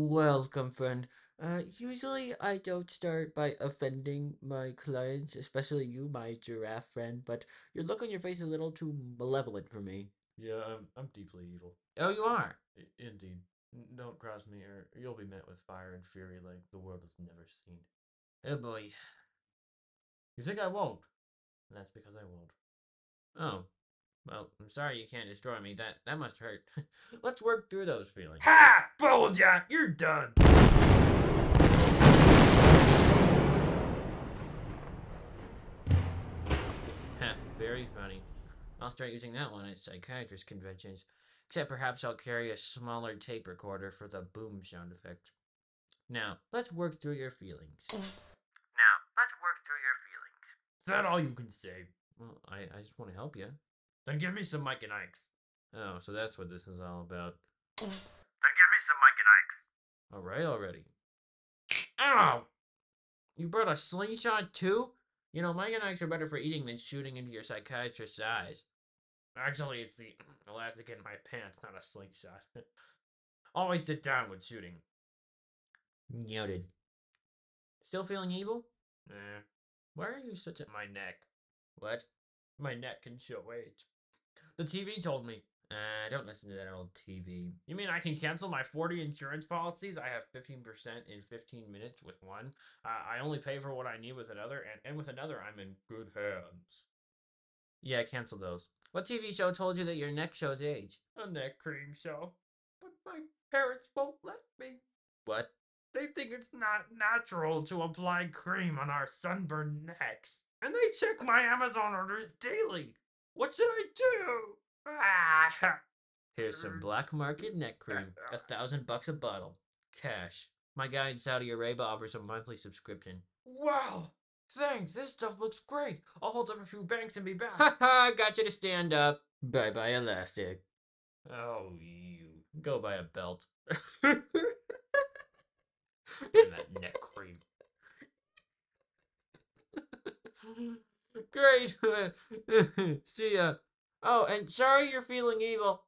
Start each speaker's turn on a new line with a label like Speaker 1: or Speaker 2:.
Speaker 1: Welcome, friend. Uh, usually I don't start by offending my clients, especially you, my giraffe friend, but your look on your face is a little too malevolent for me.
Speaker 2: Yeah, I'm I'm deeply evil.
Speaker 1: Oh, you are?
Speaker 2: I- indeed. N- Don't cross me, or you'll be met with fire and fury like the world has never seen.
Speaker 1: Oh boy.
Speaker 2: You think I won't? And that's because I won't.
Speaker 1: Oh, well, I'm sorry you can't destroy me. That that must hurt. Let's work through those feelings.
Speaker 2: Ha! Fooled ya! You're done!
Speaker 1: Heh, very funny. I'll start using that one at psychiatrist conventions. Except perhaps I'll carry a smaller tape recorder for the boom sound effect. Now, let's work through your feelings. Now, let's work through your feelings.
Speaker 2: Is that all you can say?
Speaker 1: Well, I, I just want to help you.
Speaker 2: Then give me some Mike and Ike's.
Speaker 1: Oh, so that's what this is all about.
Speaker 2: Then give me some Mike and Ike's.
Speaker 1: Alright already. Ow! You brought a slingshot too? You know, Mike and Ike's are better for eating than shooting into your psychiatrist's eyes.
Speaker 2: Actually, it's the elastic in my pants, not a slingshot. Always sit down when shooting.
Speaker 1: Noted. Still feeling evil?
Speaker 2: Eh,
Speaker 1: Why are you such a.
Speaker 2: my neck.
Speaker 1: What?
Speaker 2: My neck can show age. The TV told me.
Speaker 1: Uh, don't listen to that old TV.
Speaker 2: You mean I can cancel my 40 insurance policies? I have 15% in 15 minutes with one. I I only pay for what I need with another, and, and with another, I'm in good hands.
Speaker 1: Yeah, cancel those. What TV show told you that your neck shows age?
Speaker 2: A neck cream show. But my parents won't let me.
Speaker 1: What?
Speaker 2: They think it's not natural to apply cream on our sunburned necks. And they check my Amazon orders daily. What should I do? Ah,
Speaker 1: Here's some black market neck cream. A thousand bucks a bottle. Cash. My guy in Saudi Arabia offers a monthly subscription.
Speaker 2: wow! Thanks, this stuff looks great. I'll hold up a few banks and be back.
Speaker 1: Ha ha, got you to stand up. Bye bye, elastic.
Speaker 2: Oh, you.
Speaker 1: Go buy a belt.
Speaker 2: And that neck cream.
Speaker 1: Great. See ya. Oh, and sorry you're feeling evil.